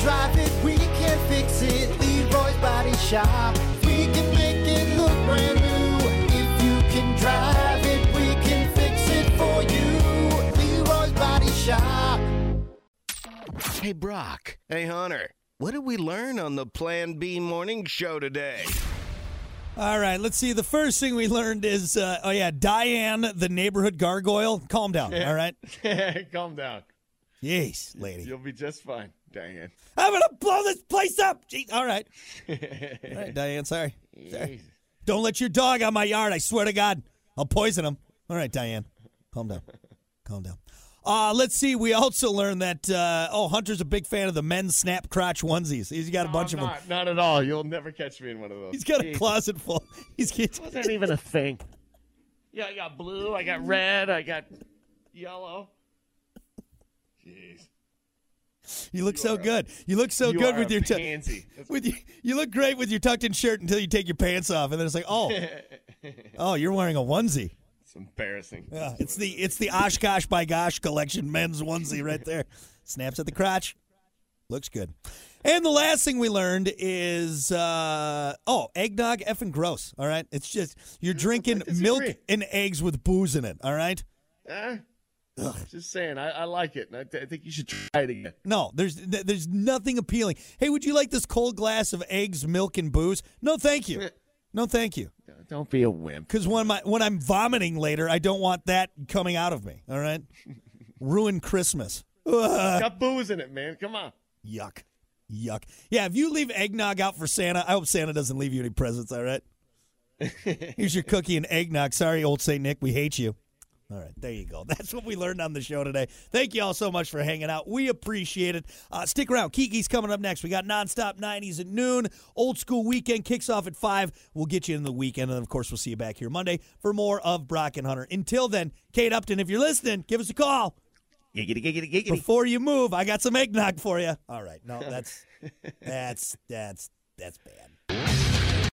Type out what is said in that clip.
drive it, we can fix it. Leroy's Body Shop. We can make it look brand new. If you can drive it, we can fix it for you. Leroy's Body Shop. Hey, Brock, Hey, Hunter, what did we learn on the Plan B morning show today? All right, let's see. The first thing we learned is, uh, oh yeah, Diane, the neighborhood gargoyle. Calm down. All right. Calm down. Jeez, lady. You'll be just fine. Diane. I'm gonna blow this place up. Jeez. All right. All right, Diane. Sorry. sorry. Don't let your dog out my yard. I swear to God, I'll poison him. All right, Diane. Calm down. Calm down. Uh, let's see. We also learned that uh, oh, Hunter's a big fan of the men's snap crotch onesies. He's got a bunch of them. Not, not at all. You'll never catch me in one of those. He's got a closet full. He's he's- Wasn't even a thing. Yeah, I got blue. I got red. I got yellow. Jeez. you look so good. You look so You good are with a your t- pansy. That's- with you, you look great with your tucked in shirt until you take your pants off, and then it's like, oh, oh, you're wearing a onesie. It's embarrassing. Yeah, it's the it's the Oshkosh by Gosh collection men's onesie right there. Snaps at the crotch, looks good. And the last thing we learned is uh, oh, eggnog effing gross. All right, it's just you're drinking milk disagree. and eggs with booze in it. All right, Eh? Just saying, I, I like it. and I, I think you should try it again. no, there's th- there's nothing appealing. Hey, would you like this cold glass of eggs, milk, and booze? No, thank you. No, thank you. Don't be a wimp. Because when my when I'm vomiting later, I don't want that coming out of me. All right, ruin Christmas. Ugh. Got booze in it, man. Come on. Yuck. Yuck. Yeah, if you leave eggnog out for Santa, I hope Santa doesn't leave you any presents, all right? Here's your cookie and eggnog. Sorry, old St. Nick, we hate you. All right, there you go. That's what we learned on the show today. Thank you all so much for hanging out. We appreciate it. Uh, stick around. Kiki's coming up next. We got nonstop 90s at noon. Old school weekend kicks off at 5. We'll get you in the weekend. And, of course, we'll see you back here Monday for more of Brock and Hunter. Until then, Kate Upton, if you're listening, give us a call. Giggity, giggity, giggity. Before you move, I got some eggnog for you. All right. No, that's that's that's that's bad.